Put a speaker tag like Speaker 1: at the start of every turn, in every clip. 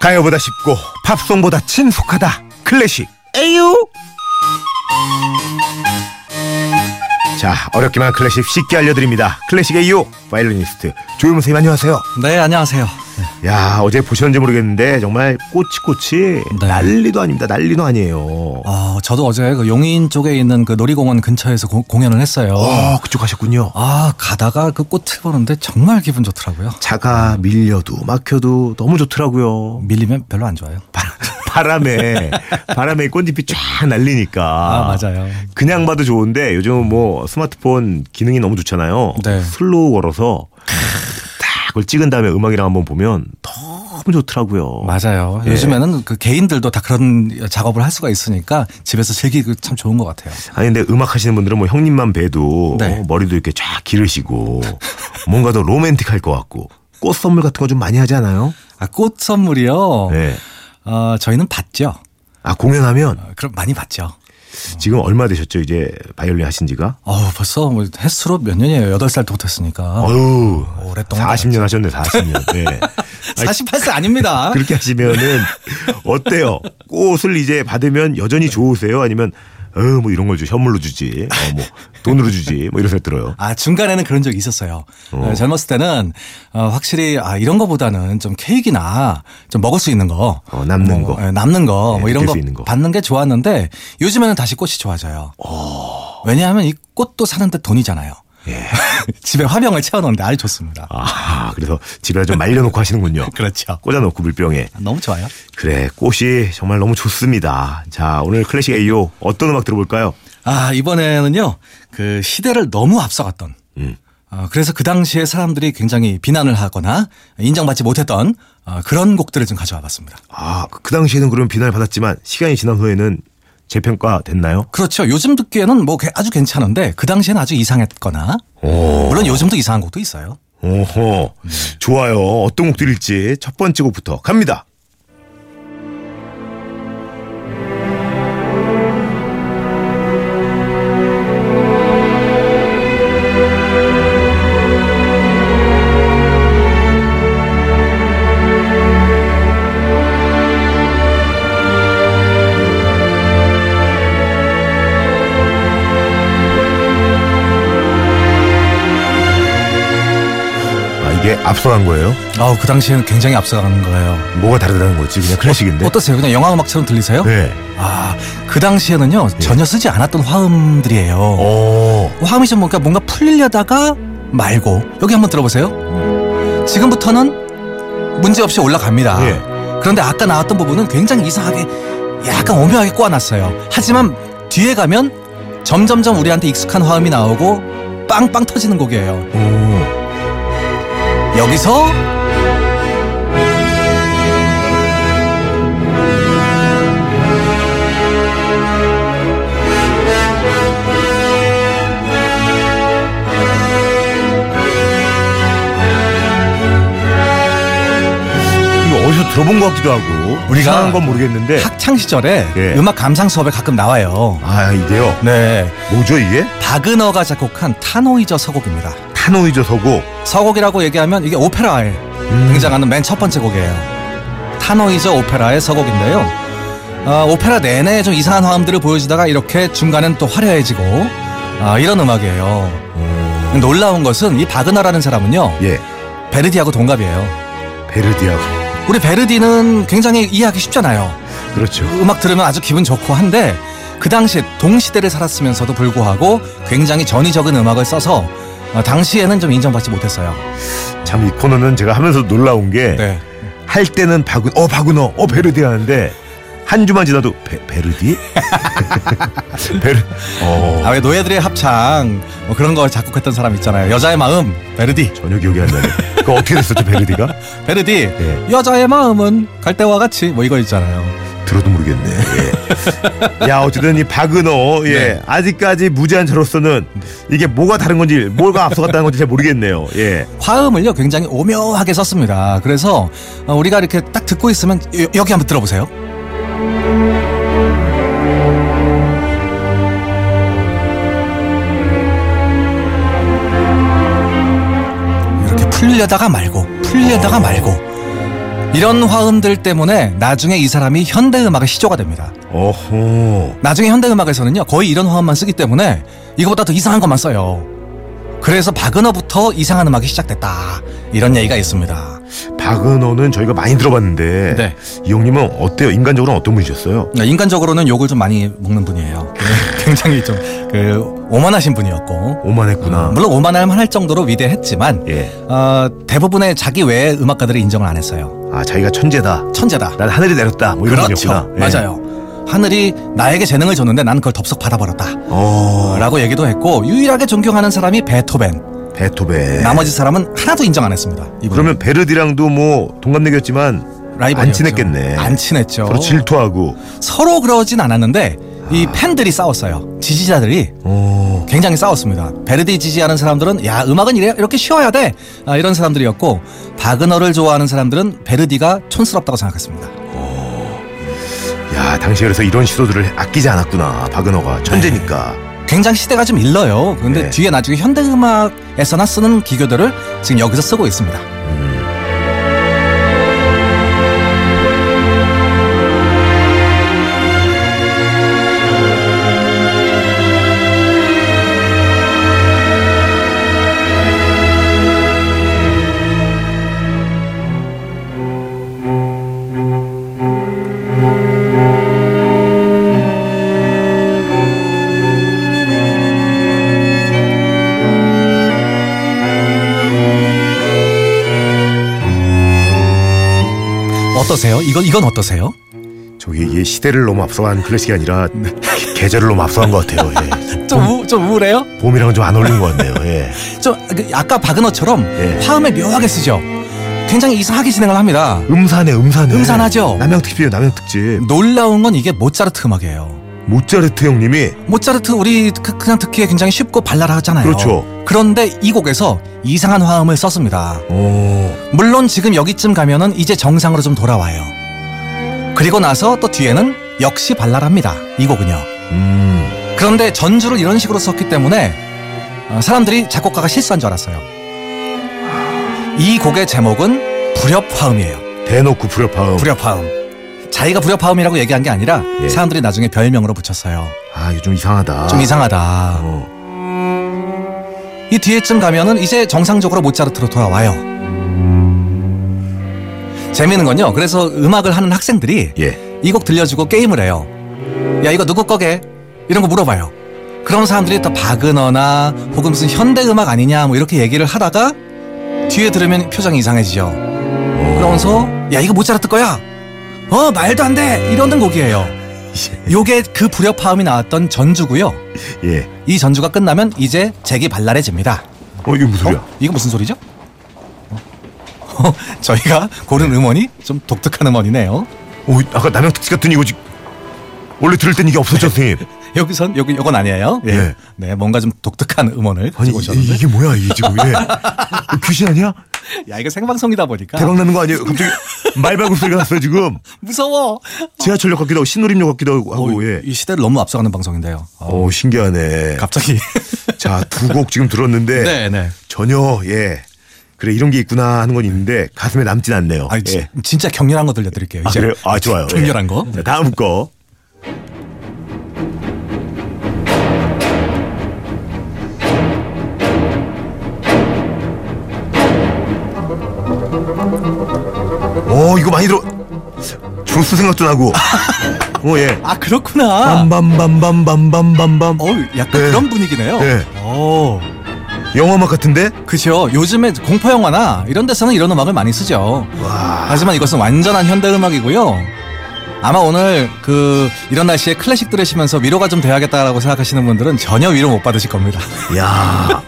Speaker 1: 가요보다 쉽고 팝송보다 친숙하다 클래식
Speaker 2: 에유
Speaker 1: 자 어렵기만 클래식 쉽게 알려드립니다 클래식 AO 바이올리니스트 조용 선생님 안녕하세요
Speaker 2: 네 안녕하세요
Speaker 1: 야 어제 보셨는지 모르겠는데 정말 꼬치꼬치
Speaker 2: 네.
Speaker 1: 난리도 아닙니다 난리도 아니에요
Speaker 2: 어, 저도 어제 그 용인 쪽에 있는 그 놀이공원 근처에서 고- 공연을 했어요
Speaker 1: 어 그쪽 하셨군요
Speaker 2: 아 가다가 그 꽃을 보는데 정말 기분 좋더라고요
Speaker 1: 차가 밀려도 막혀도 너무 좋더라고요
Speaker 2: 밀리면 별로 안 좋아요
Speaker 1: 바람에 바람에 꽃잎이 쫙 날리니까
Speaker 2: 아, 맞아요
Speaker 1: 그냥 봐도 좋은데 요즘은 뭐 스마트폰 기능이 너무 좋잖아요.
Speaker 2: 네.
Speaker 1: 슬로우 걸어서 딱 그걸 찍은 다음에 음악이랑 한번 보면 너무 좋더라고요.
Speaker 2: 맞아요
Speaker 1: 예.
Speaker 2: 요즘에는 그 개인들도 다 그런 작업을 할 수가 있으니까 집에서 즐기기 참 좋은 것 같아요
Speaker 1: 아니 근데 음악 하시는 분들은 뭐 형님만 봬도
Speaker 2: 네.
Speaker 1: 어, 머리도 이렇게 쫙 기르시고 뭔가 더 로맨틱할 것 같고 꽃 선물 같은 거 좀 많이 하지 않아요?
Speaker 2: 아, 꽃 선물이요
Speaker 1: 네.
Speaker 2: 어, 저희는 받죠
Speaker 1: 아 공연하면
Speaker 2: 어, 그럼 많이 받죠
Speaker 1: 지금 얼마 되셨죠? 이제 바이올린 하신 지가?
Speaker 2: 어 벌써 뭐 횟수로 몇 년이에요 여덟 살 때부터 했으니까
Speaker 1: 어유
Speaker 2: 오랫동안
Speaker 1: 40년 하셨네 40년. 네. 아니,
Speaker 2: 48세 아닙니다
Speaker 1: 그렇게 하시면은 어때요? 꽃을 이제 받으면 여전히 좋으세요? 아니면 어 뭐 이런 걸 주, 현물로 주지, 어, 뭐 돈으로 주지, 뭐 이런 생각 들어요.
Speaker 2: 아 중간에는 그런 적이 있었어요.
Speaker 1: 어.
Speaker 2: 어, 젊었을 때는 어, 확실히 아 이런 거보다는 좀 케이크나 좀 먹을 수 있는 거,
Speaker 1: 어, 남는
Speaker 2: 뭐,
Speaker 1: 거.
Speaker 2: 예, 남는 거,
Speaker 1: 예,
Speaker 2: 뭐
Speaker 1: 느낄
Speaker 2: 이런 거,
Speaker 1: 수 있는 거.
Speaker 2: 받는 게 좋았는데 요즘에는 다시 꽃이 좋아져요. 왜냐하면 이 꽃도 사는데 돈이잖아요.
Speaker 1: 어. 예.
Speaker 2: 집에 화병을 채워놓는데 아주 좋습니다.
Speaker 1: 아 그래서 집에다 좀 말려놓고 하시는군요.
Speaker 2: 그렇죠.
Speaker 1: 꽂아놓고 물병에.
Speaker 2: 너무 좋아요.
Speaker 1: 그래 꽃이 정말 너무 좋습니다. 자 오늘 클래식 AO 어떤 음악 들어볼까요?
Speaker 2: 아 이번에는요 그 시대를 너무 앞서갔던.
Speaker 1: 음.
Speaker 2: 어, 그래서 그 당시에 사람들이 굉장히 비난을 하거나 인정받지 못했던 어, 그런 곡들을 좀 가져와봤습니다.
Speaker 1: 아그 당시에는 그런 비난을 받았지만 시간이 지난 후에는 재평가 됐나요?
Speaker 2: 그렇죠. 요즘 듣기에는 뭐 게- 아주 괜찮은데 그 당시에는 아주 이상했거나
Speaker 1: 오.
Speaker 2: 물론 요즘도 이상한 곡도 있어요.
Speaker 1: 오호 좋아요. 어떤 곡 들을지 첫 번째 곡부터 갑니다. 아 이게 앞서간 거예요?
Speaker 2: 아우 그 당시에는 굉장히 앞서가는 거예요.
Speaker 1: 뭐가 다르다는 거지? 그냥 클래식인데.
Speaker 2: 어떠세요? 그냥 영화 음악처럼 들리세요?
Speaker 1: 네.
Speaker 2: 아 그 당시에는요 전혀 쓰지 않았던 화음들이에요.
Speaker 1: 오.
Speaker 2: 화음이 좀 뭔가 뭔가 풀리려다가 말고 여기 한번 들어보세요. 지금부터는 문제 없이 올라갑니다.
Speaker 1: 예.
Speaker 2: 그런데 아까 나왔던 부분은 굉장히 이상하게 약간 오묘하게 꼬아놨어요. 하지만 뒤에 가면 점점점 우리한테 익숙한 화음이 나오고 빵빵 터지는 곡이에요.
Speaker 1: 오.
Speaker 2: 여기서
Speaker 1: 이거 어디서 들어본 것 같기도 하고.
Speaker 2: 우리가
Speaker 1: 이상한 건 모르겠는데.
Speaker 2: 학창 시절에
Speaker 1: 예.
Speaker 2: 음악 감상 수업에 가끔 나와요.
Speaker 1: 아 이게요.
Speaker 2: 네,
Speaker 1: 뭐죠 이게?
Speaker 2: 바그너가 작곡한 타노이저 서곡입니다.
Speaker 1: 타노이저 서고.
Speaker 2: 서곡이라고 얘기하면 이게 오페라에 등장하는 맨 첫 번째 곡이에요. 타노이저 오페라의 서곡인데요. 아, 오페라 내내 좀 이상한 화음들을 보여주다가 이렇게 중간엔 또 화려해지고 아, 이런 음악이에요.
Speaker 1: 오.
Speaker 2: 놀라운 것은 이 바그너라는 사람은요
Speaker 1: 어, 예.
Speaker 2: 베르디하고 동갑이에요.
Speaker 1: 베르디하고.
Speaker 2: 우리 베르디는 굉장히 이해하기 쉽잖아요.
Speaker 1: 그렇죠.
Speaker 2: 음악 들으면 아주 기분 좋고 한데 그 당시 동시대를 살았으면서도 불구하고 굉장히 전위적인 음악을 써서 어, 당시에는 좀 인정받지 못했어요.
Speaker 1: 참 이 코너는 제가 하면서 놀라운 게 할
Speaker 2: 네.
Speaker 1: 때는 바구 어 바구너 어 베르디 하는데 한 주만 지나도 베, 베르디? 베르. 어.
Speaker 2: 아, 왜 노예들의 합창 뭐 그런 걸 작곡했던 사람 있잖아요. 여자의 마음 베르디.
Speaker 1: 전혀 기억이 안 나네. 그거 어떻게 됐었죠 베르디가?
Speaker 2: 베르디.
Speaker 1: 예.
Speaker 2: 여자의 마음은 갈대와 같이 뭐 이거 있잖아요.
Speaker 1: 들어도 모르겠네. 예. 야 어쨌든 이 박은호 예
Speaker 2: 네.
Speaker 1: 아직까지 무제한 저로서는 이게 뭐가 다른 건지 뭘가 앞서갔다는 건지 잘 모르겠네요. 예.
Speaker 2: 화음을요 굉장히 오묘하게 썼습니다. 그래서 어, 우리가 이렇게 딱 듣고 있으면 여- 여기 한번 들어보세요. 이렇게 풀려다가 말고 풀려다가 말고 이런 화음들 때문에 나중에 이 사람이 현대 음악의 시조가 됩니다.
Speaker 1: 어허.
Speaker 2: 나중에 현대 음악에서는요 거의 이런 화음만 쓰기 때문에 이거보다 더 이상한 것만 써요. 그래서 바그너부터 이상한 음악이 시작됐다 이런 얘기가 있습니다.
Speaker 1: 박은호는 저희가 많이 들어봤는데
Speaker 2: 네.
Speaker 1: 이 형님은 어때요? 인간적으로는 어떤 분이셨어요?
Speaker 2: 네, 인간적으로는 욕을 좀 많이 먹는 분이에요. 그
Speaker 1: 네.
Speaker 2: 굉장히 좀 그 오만하신 분이었고
Speaker 1: 오만했구나.
Speaker 2: 음, 물론 오만할 만할 정도로 위대했지만
Speaker 1: 아. 예.
Speaker 2: 어, 대부분의 자기 외의 음악가들을 인정을 안 했어요.
Speaker 1: 아 자기가 천재다.
Speaker 2: 천재다.
Speaker 1: 난 하늘이 내렸다. 뭐 이런
Speaker 2: 그렇죠.
Speaker 1: 분이었구나. 예.
Speaker 2: 맞아요. 하늘이 나에게 재능을 줬는데 나는 그걸 덥석 받아버렸다.
Speaker 1: 어.
Speaker 2: 라고 얘기도 했고 유일하게 존경하는 사람이 베토벤.
Speaker 1: 베토벤.
Speaker 2: 네. 나머지 사람은 하나도 인정 안 했습니다. 이분
Speaker 1: 그러면 베르디랑도 뭐 동갑내기였지만
Speaker 2: 라이벌이었죠.
Speaker 1: 안 친했겠네.
Speaker 2: 안 친했죠.
Speaker 1: 서로 질투하고.
Speaker 2: 서로 그러진 않았는데 이
Speaker 1: 아.
Speaker 2: 팬들이 싸웠어요. 지지자들이
Speaker 1: 어.
Speaker 2: 굉장히 싸웠습니다. 베르디 지지하는 사람들은 야 음악은 이래 이렇게 쉬어야 돼 아, 이런 사람들이었고 바그너를 좋아하는 사람들은 베르디가 촌스럽다고 생각했습니다.
Speaker 1: 야 당시에 그래서 이런 시도들을 아끼지 않았구나. 박은호가 천재니까.
Speaker 2: 굉장히 시대가 좀 일러요. 근데
Speaker 1: 네.
Speaker 2: 뒤에 나중에 현대 음악에서나 쓰는 기교들을 지금 여기서 쓰고 있습니다. 어떠세요? 이건 이건 어떠세요?
Speaker 1: 저기 이게 시대를 너무 앞서간 클래식이 아니라 계절을 너무 앞서간 것 같아요. 예.
Speaker 2: 좀, 우, 좀 우울해요?
Speaker 1: 봄이랑 좀 안 어울리는 것 같네요. 예.
Speaker 2: 좀 그, 아까 바그너처럼
Speaker 1: 예.
Speaker 2: 화음을 묘하게 쓰죠. 굉장히 이상하게 진행을 합니다.
Speaker 1: 음산해 음산해.
Speaker 2: 음산하죠?
Speaker 1: 남양 특집이에요. 남양 특집.
Speaker 2: 놀라운 건 이게 모차르트 음악이에요.
Speaker 1: 모차르트 형님이
Speaker 2: 모차르트 우리 그, 그냥 듣기에 굉장히 쉽고 발랄하잖아요.
Speaker 1: 그렇죠.
Speaker 2: 그런데 이 곡에서 이상한 화음을 썼습니다.
Speaker 1: 어,
Speaker 2: 물론 지금 여기쯤 가면은 이제 정상으로 좀 돌아와요. 그리고 나서 또 뒤에는 역시 발랄합니다. 이 곡은요.
Speaker 1: 음,
Speaker 2: 그런데 전주를 이런 식으로 썼기 때문에 어, 사람들이 작곡가가 실수한 줄 알았어요. 이 곡의 제목은 불협화음이에요.
Speaker 1: 대놓고 불협화음.
Speaker 2: 불협화음. 자기가 불협화음이라고 얘기한 게 아니라
Speaker 1: 어. 예.
Speaker 2: 사람들이 나중에 별명으로 붙였어요.
Speaker 1: 아, 이거 좀 이상하다.
Speaker 2: 좀 이상하다.
Speaker 1: 어,
Speaker 2: 이 뒤에쯤 가면은 이제 정상적으로 모차르트로 돌아와요. 재미있는 건요. 그래서 음악을 하는 학생들이
Speaker 1: 예.
Speaker 2: 이 곡 들려주고 게임을 해요. 야 이거 누구 거게? 이런 거 물어봐요. 그럼 사람들이 또 바그너나 혹은 무슨 현대 음악 아니냐 뭐 이렇게 얘기를 하다가 뒤에 들으면 표정이 이상해지죠.
Speaker 1: 어,
Speaker 2: 그러면서 야 이거 모차르트 거야. 어 말도 안 돼. 이러는 곡이에요. 요게 그 불협화음이 나왔던 전주고요.
Speaker 1: 예.
Speaker 2: 이 전주가 끝나면 이제 재기 발랄해집니다.
Speaker 1: 어, 이게 무슨 소리야?
Speaker 2: 어? 이거 무슨 소리죠? 어? 저희가
Speaker 1: 네.
Speaker 2: 고른 음원이 좀 독특한 음원이네요.
Speaker 1: 오, 어, 아까 남양 특집 같은 이거 지금 원래 들을 땐 이게 없었죠, 선생님.
Speaker 2: 여기선 여기 요건 아니에요. 예.
Speaker 1: 예.
Speaker 2: 네, 뭔가 좀 독특한 음원을
Speaker 1: 아니,
Speaker 2: 가지고
Speaker 1: 이,
Speaker 2: 오셨는데.
Speaker 1: 이게 뭐야, 이게 지금 이게. 어, 귀신 아니야?
Speaker 2: 야, 이거 생방송이다 보니까
Speaker 1: 대박 나는 거 아니에요? 갑자기 말발굽 소리가 났어요, 지금.
Speaker 2: 무서워.
Speaker 1: 지하철역 같기도 하고, 신놀이역 같기도 하고,
Speaker 2: 어,
Speaker 1: 예.
Speaker 2: 이 시대를 너무 앞서가는 방송인데요. 어,
Speaker 1: 어, 신기하네.
Speaker 2: 갑자기.
Speaker 1: 자, 두 곡 지금 들었는데.
Speaker 2: 네, 네.
Speaker 1: 전혀, 예. 그래, 이런 게 있구나 하는 건 있는데, 가슴에 남진 않네요.
Speaker 2: 아니, 지-
Speaker 1: 예.
Speaker 2: 진짜 격렬한 거 들려드릴게요.
Speaker 1: 아,
Speaker 2: 이제
Speaker 1: 그래요? 아, 좋아요. 예.
Speaker 2: 격렬한 거.
Speaker 1: 자, 다음 거. 오, 이거 많이 들어. 조스 생각도 나고. 오, 예.
Speaker 2: 아, 그렇구나.
Speaker 1: 빰빰빰빰빰빰빰.
Speaker 2: 어, 약간
Speaker 1: 네.
Speaker 2: 그런 분위기네요.
Speaker 1: 네.
Speaker 2: 오.
Speaker 1: 영화 음악 같은데?
Speaker 2: 그죠. 요즘에 공포 영화나 이런 데서는 이런 음악을 많이 쓰죠.
Speaker 1: 와.
Speaker 2: 하지만 이것은 완전한 현대 음악이고요. 아마 오늘 그 이런 날씨에 클래식 들으시면서 위로가 좀 돼야겠다라고 생각하시는 분들은 전혀 위로 못 받으실 겁니다.
Speaker 1: 야.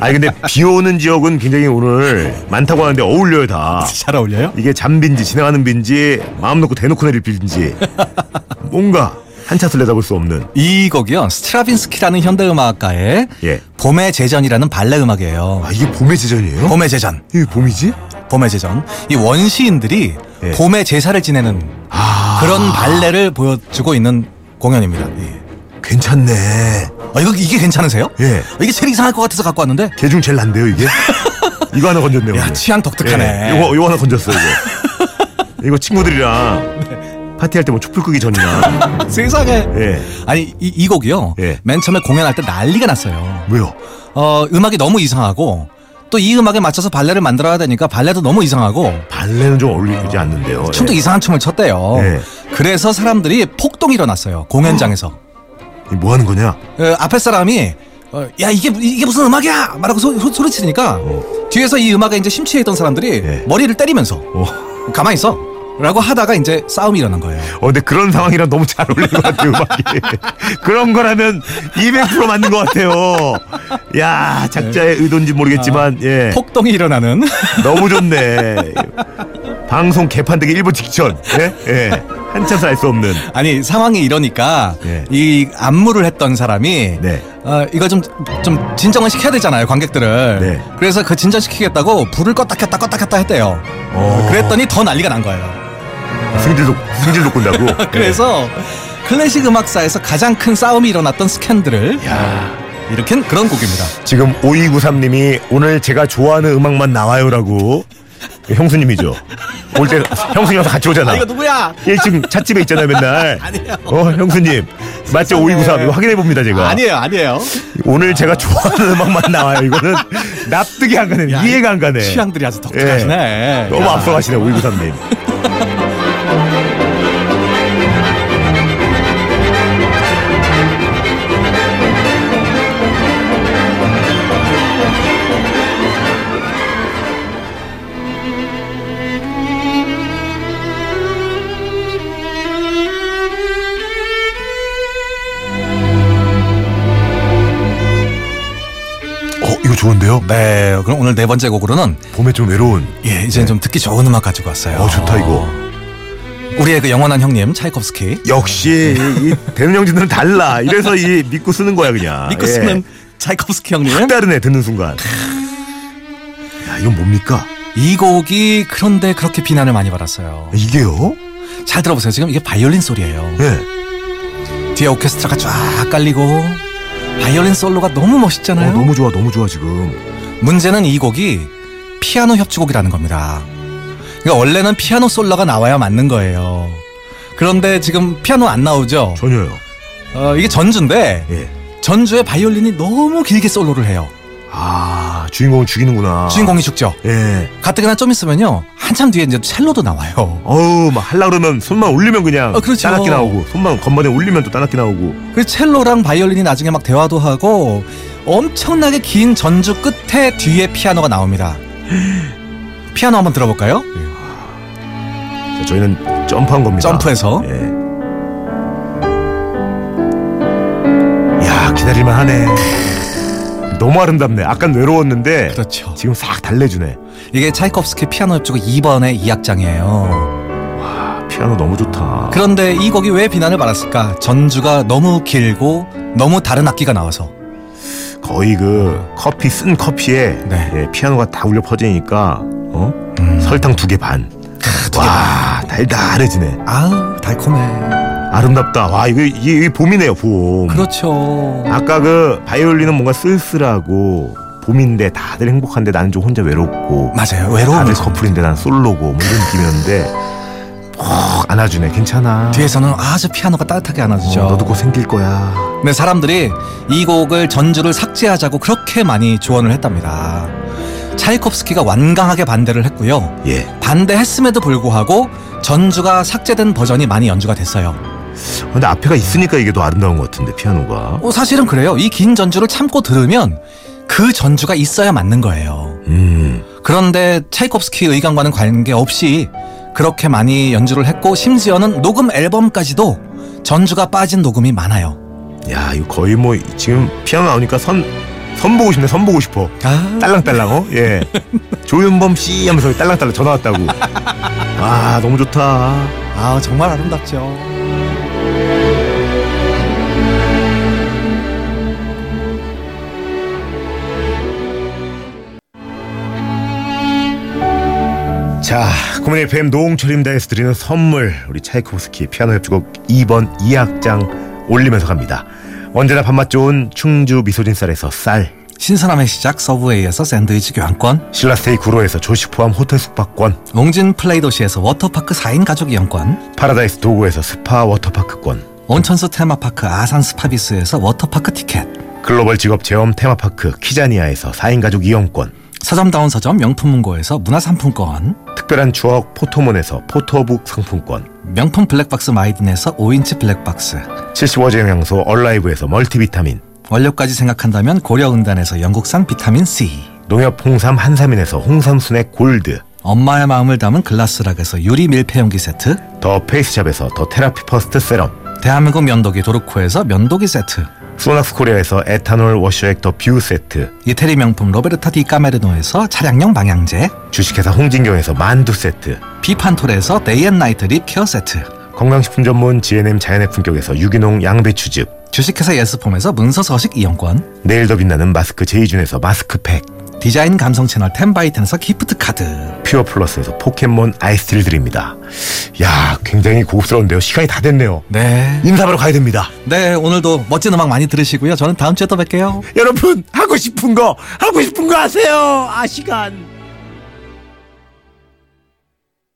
Speaker 1: 아니 근데 비 오는 지역은 굉장히 오늘 많다고 하는데 어울려요 다.
Speaker 2: 잘 어울려요?
Speaker 1: 이게 잠빈지 지나가는 빈지 마음 놓고 대놓고 내릴 빈지 뭔가 한참 내다볼 수 없는
Speaker 2: 이 곡이요. 스트라빈스키라는 현대 음악가의
Speaker 1: 예.
Speaker 2: 봄의 제전이라는 발레 음악이에요.
Speaker 1: 아 이게 봄의 제전이에요?
Speaker 2: 봄의 제전.
Speaker 1: 이게 봄이지?
Speaker 2: 봄의 제전. 이 원시인들이
Speaker 1: 예.
Speaker 2: 봄의 제사를 지내는
Speaker 1: 아
Speaker 2: 그런 발레를 보여주고 있는 공연입니다. 예.
Speaker 1: 괜찮네
Speaker 2: 아, 이거 이게 괜찮으세요?
Speaker 1: 예.
Speaker 2: 이게 제일 이상할 것 같아서 갖고 왔는데.
Speaker 1: 개 중 제일 난데요 이게? 이거 하나 건졌네요
Speaker 2: 야,
Speaker 1: 오늘.
Speaker 2: 취향 독특하네.
Speaker 1: 예. 요거, 요거 하나 건졌어요 이거 이거
Speaker 2: 네.
Speaker 1: 친구들이랑 파티할 때 뭐 촛불 끄기 전이나
Speaker 2: 세상에.
Speaker 1: 예
Speaker 2: 아니 이, 이 곡이요.
Speaker 1: 예.
Speaker 2: 맨 처음에 공연할 때 난리가 났어요.
Speaker 1: 왜요?
Speaker 2: 어, 음악이 너무 이상하고 또 이 음악에 맞춰서 발레를 만들어야 되니까 발레도 너무 이상하고
Speaker 1: 발레는 좀 어울리지 않는데요. 예.
Speaker 2: 춤도 이상한 춤을 췄대요.
Speaker 1: 예.
Speaker 2: 그래서 사람들이 폭동이 일어났어요. 공연장에서.
Speaker 1: 이뭐 하는 거냐?
Speaker 2: 어, 앞에 사람이 어, 야 이게 이게 무슨 음악이야? 말하고 소, 리치니까
Speaker 1: 어.
Speaker 2: 뒤에서 이 음악에 이제 심취해 있던 사람들이
Speaker 1: 예.
Speaker 2: 머리를 때리면서
Speaker 1: 어.
Speaker 2: 가만히 있어. 라고 하다가 이제 싸움이 일어난 거예요.
Speaker 1: 어, 근데 그런 상황이랑 너무 잘 어울리는 것 같아요, 음악이. 그런 거라면 200% 맞는 것 같아요. 야, 작자의
Speaker 2: 네.
Speaker 1: 의도인지 모르겠지만,
Speaker 2: 아.
Speaker 1: 예.
Speaker 2: 폭동이 일어나는
Speaker 1: 너무 좋네. 방송 개판되기 일부 직전. 예? 예. 한참 살 수 없는.
Speaker 2: 아니 상황이 이러니까
Speaker 1: 예.
Speaker 2: 이 안무를 했던 사람이
Speaker 1: 네.
Speaker 2: 어, 이거 좀 좀 진정을 시켜야 되잖아요 관객들을
Speaker 1: 네.
Speaker 2: 그래서 그 진정시키겠다고 불을 껐다 켰다 껐다 켰다 했대요
Speaker 1: 어.
Speaker 2: 그랬더니 더 난리가 난 거예요
Speaker 1: 승질 돋, 승질 돋군다고.
Speaker 2: 그래서 클래식 음악사에서 가장 큰 싸움이 일어났던 스캔들을 일으킨 그런 곡입니다
Speaker 1: 예. 지금 5293님이 오늘 제가 좋아하는 음악만 나와요라고. 형수님이죠. 올 때 형수님 와서 같이 오잖아.
Speaker 2: 아 이거 누구야
Speaker 1: 1층 찻집에 있잖아요 맨날
Speaker 2: 아니에요.
Speaker 1: 어 형수님 맞죠 5293 이거 확인해 봅니다 제가
Speaker 2: 아니에요 아니에요
Speaker 1: 오늘 제가 좋아하는 음악만 나와요 이거는 납득이 안 가네
Speaker 2: 야,
Speaker 1: 이해가 안 가네 예.
Speaker 2: 취향들이 아주 독특하시네
Speaker 1: 너무
Speaker 2: 야.
Speaker 1: 앞서가시네 5293님 어 이거 좋은데요
Speaker 2: 네 그럼 오늘 네 번째 곡으로는
Speaker 1: 봄에 좀 외로운
Speaker 2: 예 이제 좀 듣기 좋은 음악 가지고 왔어요
Speaker 1: 네. 어 좋다 이거
Speaker 2: 우리의 그 영원한 형님 차이콥스키
Speaker 1: 역시 이, 이 대문 형진들은 달라 이래서 이 믿고 쓰는 거야 그냥
Speaker 2: 믿고
Speaker 1: 예.
Speaker 2: 쓰는 차이콥스키 형님
Speaker 1: 확 다르네 듣는 순간 야 이건 뭡니까
Speaker 2: 이 곡이 그런데 그렇게 비난을 많이 받았어요
Speaker 1: 이게요
Speaker 2: 잘 들어보세요 지금 이게 바이올린 소리예요
Speaker 1: 예
Speaker 2: 뒤에 오케스트라가 쫙 깔리고 바이올린 솔로가 너무
Speaker 1: 어,
Speaker 2: 멋있잖아요
Speaker 1: 너무 좋아 너무 좋아 지금
Speaker 2: 문제는 이 곡이 피아노 협주곡이라는 겁니다 그러니까 원래는 피아노 솔로가 나와야 맞는 거예요 그런데 지금 피아노 안 나오죠
Speaker 1: 전혀요
Speaker 2: 어, 이게 전주인데
Speaker 1: 예.
Speaker 2: 전주에 바이올린이 너무 길게 솔로를 해요
Speaker 1: 아 주인공을 죽이는구나
Speaker 2: 주인공이 죽죠
Speaker 1: 예
Speaker 2: 가뜩이나 좀 있으면요 한참 뒤에 이제 첼로도 나와요
Speaker 1: 어우 막 할라 그러면 손만 올리면 그냥
Speaker 2: 어, 그렇죠.
Speaker 1: 따납게 나오고 손만 건반에 올리면 또 따납게 나오고
Speaker 2: 그 첼로랑 바이올린이 나중에 막 대화도 하고 엄청나게 긴 전주 끝에 뒤에 피아노가 나옵니다. 피아노 한번 들어볼까요?
Speaker 1: 자, 저희는 점프한 겁니다
Speaker 2: 점프해서
Speaker 1: 예. 예. 야 기다릴만 하네 너무 아름답네 아깐 외로웠는데
Speaker 2: 그렇죠.
Speaker 1: 지금 싹 달래주네
Speaker 2: 이게 차이콥스키 피아노 협주곡 2번의 2악장이에요.
Speaker 1: 와 피아노 너무 좋다
Speaker 2: 그런데 이 곡이 왜 비난을 받았을까? 전주가 너무 길고 너무 다른 악기가 나와서
Speaker 1: 거의 그 커피 쓴 커피에
Speaker 2: 네.
Speaker 1: 예, 피아노가 다 울려 퍼지니까 어?
Speaker 2: 음.
Speaker 1: 설탕 두 개 반. 와 달달해지네.
Speaker 2: 아우 달콤해.
Speaker 1: 아름답다. 와 이거 이게, 이게 봄이네요 봄.
Speaker 2: 그렇죠.
Speaker 1: 아까 그 바이올린은 뭔가 쓸쓸하고 봄인데 다들 행복한데 나는 좀 혼자 외롭고
Speaker 2: 맞아요. 외로운
Speaker 1: 다들
Speaker 2: 거죠.
Speaker 1: 커플인데 난 솔로고 뭐 이런 느낌이었는데 푹 안아주네. 괜찮아.
Speaker 2: 뒤에서는 아주 피아노가 따뜻하게 안아주죠.
Speaker 1: 어, 너도 곧 생길 거야.
Speaker 2: 근데 네, 사람들이 이 곡을 전주를 삭제하자고 그렇게 많이 조언을 했답니다. 차이콥스키가 완강하게 반대를 했고요.
Speaker 1: 예.
Speaker 2: 반대했음에도 불구하고 전주가 삭제된 버전이 많이 연주가 됐어요.
Speaker 1: 근데 앞에가 있으니까 이게 더 아름다운 것 같은데 피아노가.
Speaker 2: 어, 사실은 그래요. 이 긴 전주를 참고 들으면 그 전주가 있어야 맞는 거예요.
Speaker 1: 음.
Speaker 2: 그런데 차이콥스키 의견과는 관계없이 그렇게 많이 연주를 했고 심지어는 녹음 앨범까지도 전주가 빠진 녹음이 많아요.
Speaker 1: 야 이거 거의 뭐 지금 피아노 나오니까 선 선 보고 싶네. 선 보고 싶어.
Speaker 2: 아,
Speaker 1: 딸랑딸랑 어? 예 조윤범 씨 하면서 딸랑딸랑 전화 왔다고 아 너무 좋다
Speaker 2: 아 정말 아름답죠.
Speaker 1: 자 국민 FM 노홍철입니다에서 드리는 선물 우리 차이코프스키 피아노 협주곡 2번 2악장 올리면서 갑니다 언제나 밥맛 좋은 충주 미소진 쌀에서 쌀
Speaker 2: 신선함의 시작 서브웨이에서 샌드위치 교환권,
Speaker 1: 신라스테이 구로에서 조식 포함 호텔 숙박권,
Speaker 2: 웅진 플레이 도시에서 워터파크 4인 가족 이용권,
Speaker 1: 파라다이스 도구에서 스파 워터파크권,
Speaker 2: 온천수 테마파크 아산 스파비스에서 워터파크 티켓,
Speaker 1: 글로벌 직업 체험 테마파크 키자니아에서 4인 가족 이용권,
Speaker 2: 서점다운 서점 명품문고에서 문화상품권,
Speaker 1: 특별한 추억 포토몬에서 포토북 상품권,
Speaker 2: 명품 블랙박스 마이딘에서 5인치 블랙박스,
Speaker 1: 75제 영양소 얼라이브에서 멀티비타민,
Speaker 2: 원료까지 생각한다면 고려은단에서 영국산 비타민 C,
Speaker 1: 농협 홍삼 한삼인에서 홍삼 순액 골드,
Speaker 2: 엄마의 마음을 담은 글라스락에서 유리 밀폐용기 세트,
Speaker 1: 더 페이스샵에서 더 테라피 퍼스트 세럼,
Speaker 2: 대한민국 면도기 도르코에서 면도기 세트,
Speaker 1: 소낙스 코리아에서 에탄올 워셔액 더 뷰 세트,
Speaker 2: 이태리 명품 로베르타 디 까메르노에서 차량용 방향제,
Speaker 1: 주식회사 홍진경에서 만두 세트,
Speaker 2: 비판톨에서 데이앤나이트 립 케어 세트,
Speaker 1: 건강식품 전문 GNM 자연의 품격에서 유기농 양배추즙,
Speaker 2: 주식회사 예스폼에서 문서 서식 이용권,
Speaker 1: 내일 더 빛나는 마스크 제이준에서 마스크팩,
Speaker 2: 디자인 감성 채널 텐바이텐에서 기프트 카드.
Speaker 1: 퓨어 플러스에서 포켓몬 아이스를 드립니다. 야, 굉장히 고급스러운데요. 시간이 다 됐네요.
Speaker 2: 네.
Speaker 1: 인사하러 가야 됩니다.
Speaker 2: 네, 오늘도 멋진 음악 많이 들으시고요. 저는 다음 주에 또 뵐게요.
Speaker 1: 여러분, 하고 싶은 거, 하고 싶은 거 하세요. 아, 시간.